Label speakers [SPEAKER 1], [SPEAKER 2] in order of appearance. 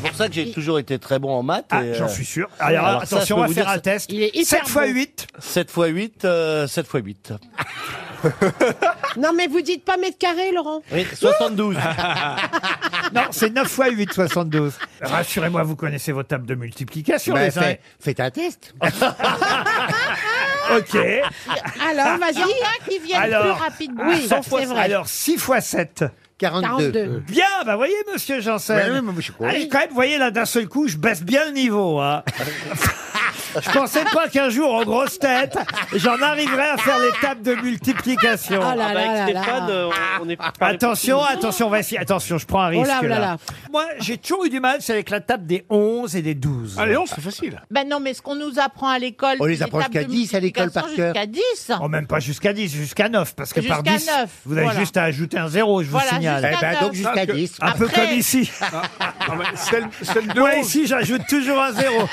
[SPEAKER 1] pour ça que j'ai toujours été très bon en maths.
[SPEAKER 2] Ah,
[SPEAKER 1] et, euh,
[SPEAKER 2] j'en suis sûr. Alors,
[SPEAKER 1] alors ça, je
[SPEAKER 2] attention,
[SPEAKER 1] peux
[SPEAKER 2] on va
[SPEAKER 1] vous
[SPEAKER 2] faire
[SPEAKER 1] dire,
[SPEAKER 2] un test.
[SPEAKER 3] Il est
[SPEAKER 2] 7
[SPEAKER 3] hyper
[SPEAKER 2] x
[SPEAKER 3] bon.
[SPEAKER 2] 8.
[SPEAKER 1] 7 x 8, euh, 7 x 8.
[SPEAKER 3] Non, mais vous dites pas mètre carré, Laurent.
[SPEAKER 1] Oui, 72.
[SPEAKER 2] Ah, Non, c'est 9 x 8, 72. Rassurez-moi, vous connaissez vos tables de multiplication,
[SPEAKER 1] Ben,
[SPEAKER 2] les uns.
[SPEAKER 1] fais- faites un test.
[SPEAKER 2] Ok.
[SPEAKER 3] Alors, vas-y. Ah. Il y en a qui viennent
[SPEAKER 2] Alors, ah,
[SPEAKER 3] plus rapidement. Oui,
[SPEAKER 2] Cent fois-
[SPEAKER 3] c'est vrai.
[SPEAKER 2] Alors, 6 x 7.
[SPEAKER 3] 42.
[SPEAKER 2] Bien, bah voyez, monsieur Janssen.
[SPEAKER 1] Ben oui, mais je suis con.
[SPEAKER 2] Allez, quand même, voyez, là, d'un seul coup, je baisse bien le niveau. Hein. je pensais pas qu'un jour, en grosse tête, j'en arriverais à faire les tables de multiplication.
[SPEAKER 3] Ah là
[SPEAKER 4] Ah bah,
[SPEAKER 3] là là
[SPEAKER 4] avec
[SPEAKER 3] là.
[SPEAKER 4] Stéphane, euh, on est pas les-
[SPEAKER 2] Attention, attention, on va essayer. Attention, je prends un risque
[SPEAKER 3] Oh là, oh
[SPEAKER 2] là,
[SPEAKER 3] là là.
[SPEAKER 2] Moi, j'ai toujours eu du mal, c'est avec la table des 11 et des 12.
[SPEAKER 5] Allez, non, Ah, c'est facile.
[SPEAKER 6] Ben non, mais ce qu'on nous apprend à l'école.
[SPEAKER 3] Oh,
[SPEAKER 1] On les
[SPEAKER 6] c'est
[SPEAKER 1] apprend
[SPEAKER 6] l'étape
[SPEAKER 1] jusqu'à
[SPEAKER 6] de
[SPEAKER 1] 10 à l'école par
[SPEAKER 6] multiplication Jusqu'à 10.
[SPEAKER 2] Oh, même pas jusqu'à 10, jusqu'à 9, parce que par
[SPEAKER 6] Jusqu'à
[SPEAKER 2] 10,
[SPEAKER 6] 9,
[SPEAKER 2] vous avez
[SPEAKER 6] voilà.
[SPEAKER 2] juste à ajouter un zéro, je vous
[SPEAKER 6] Voilà,
[SPEAKER 1] Eh ben,
[SPEAKER 2] signale.
[SPEAKER 1] donc
[SPEAKER 6] D'accord.
[SPEAKER 2] Ah.
[SPEAKER 1] jusqu'à 10.
[SPEAKER 2] Un peu
[SPEAKER 6] Après-
[SPEAKER 2] comme ici.
[SPEAKER 5] Non, Ah, mais celle, celle de
[SPEAKER 2] Moi,
[SPEAKER 5] 11.
[SPEAKER 2] ici, j'ajoute toujours un zéro.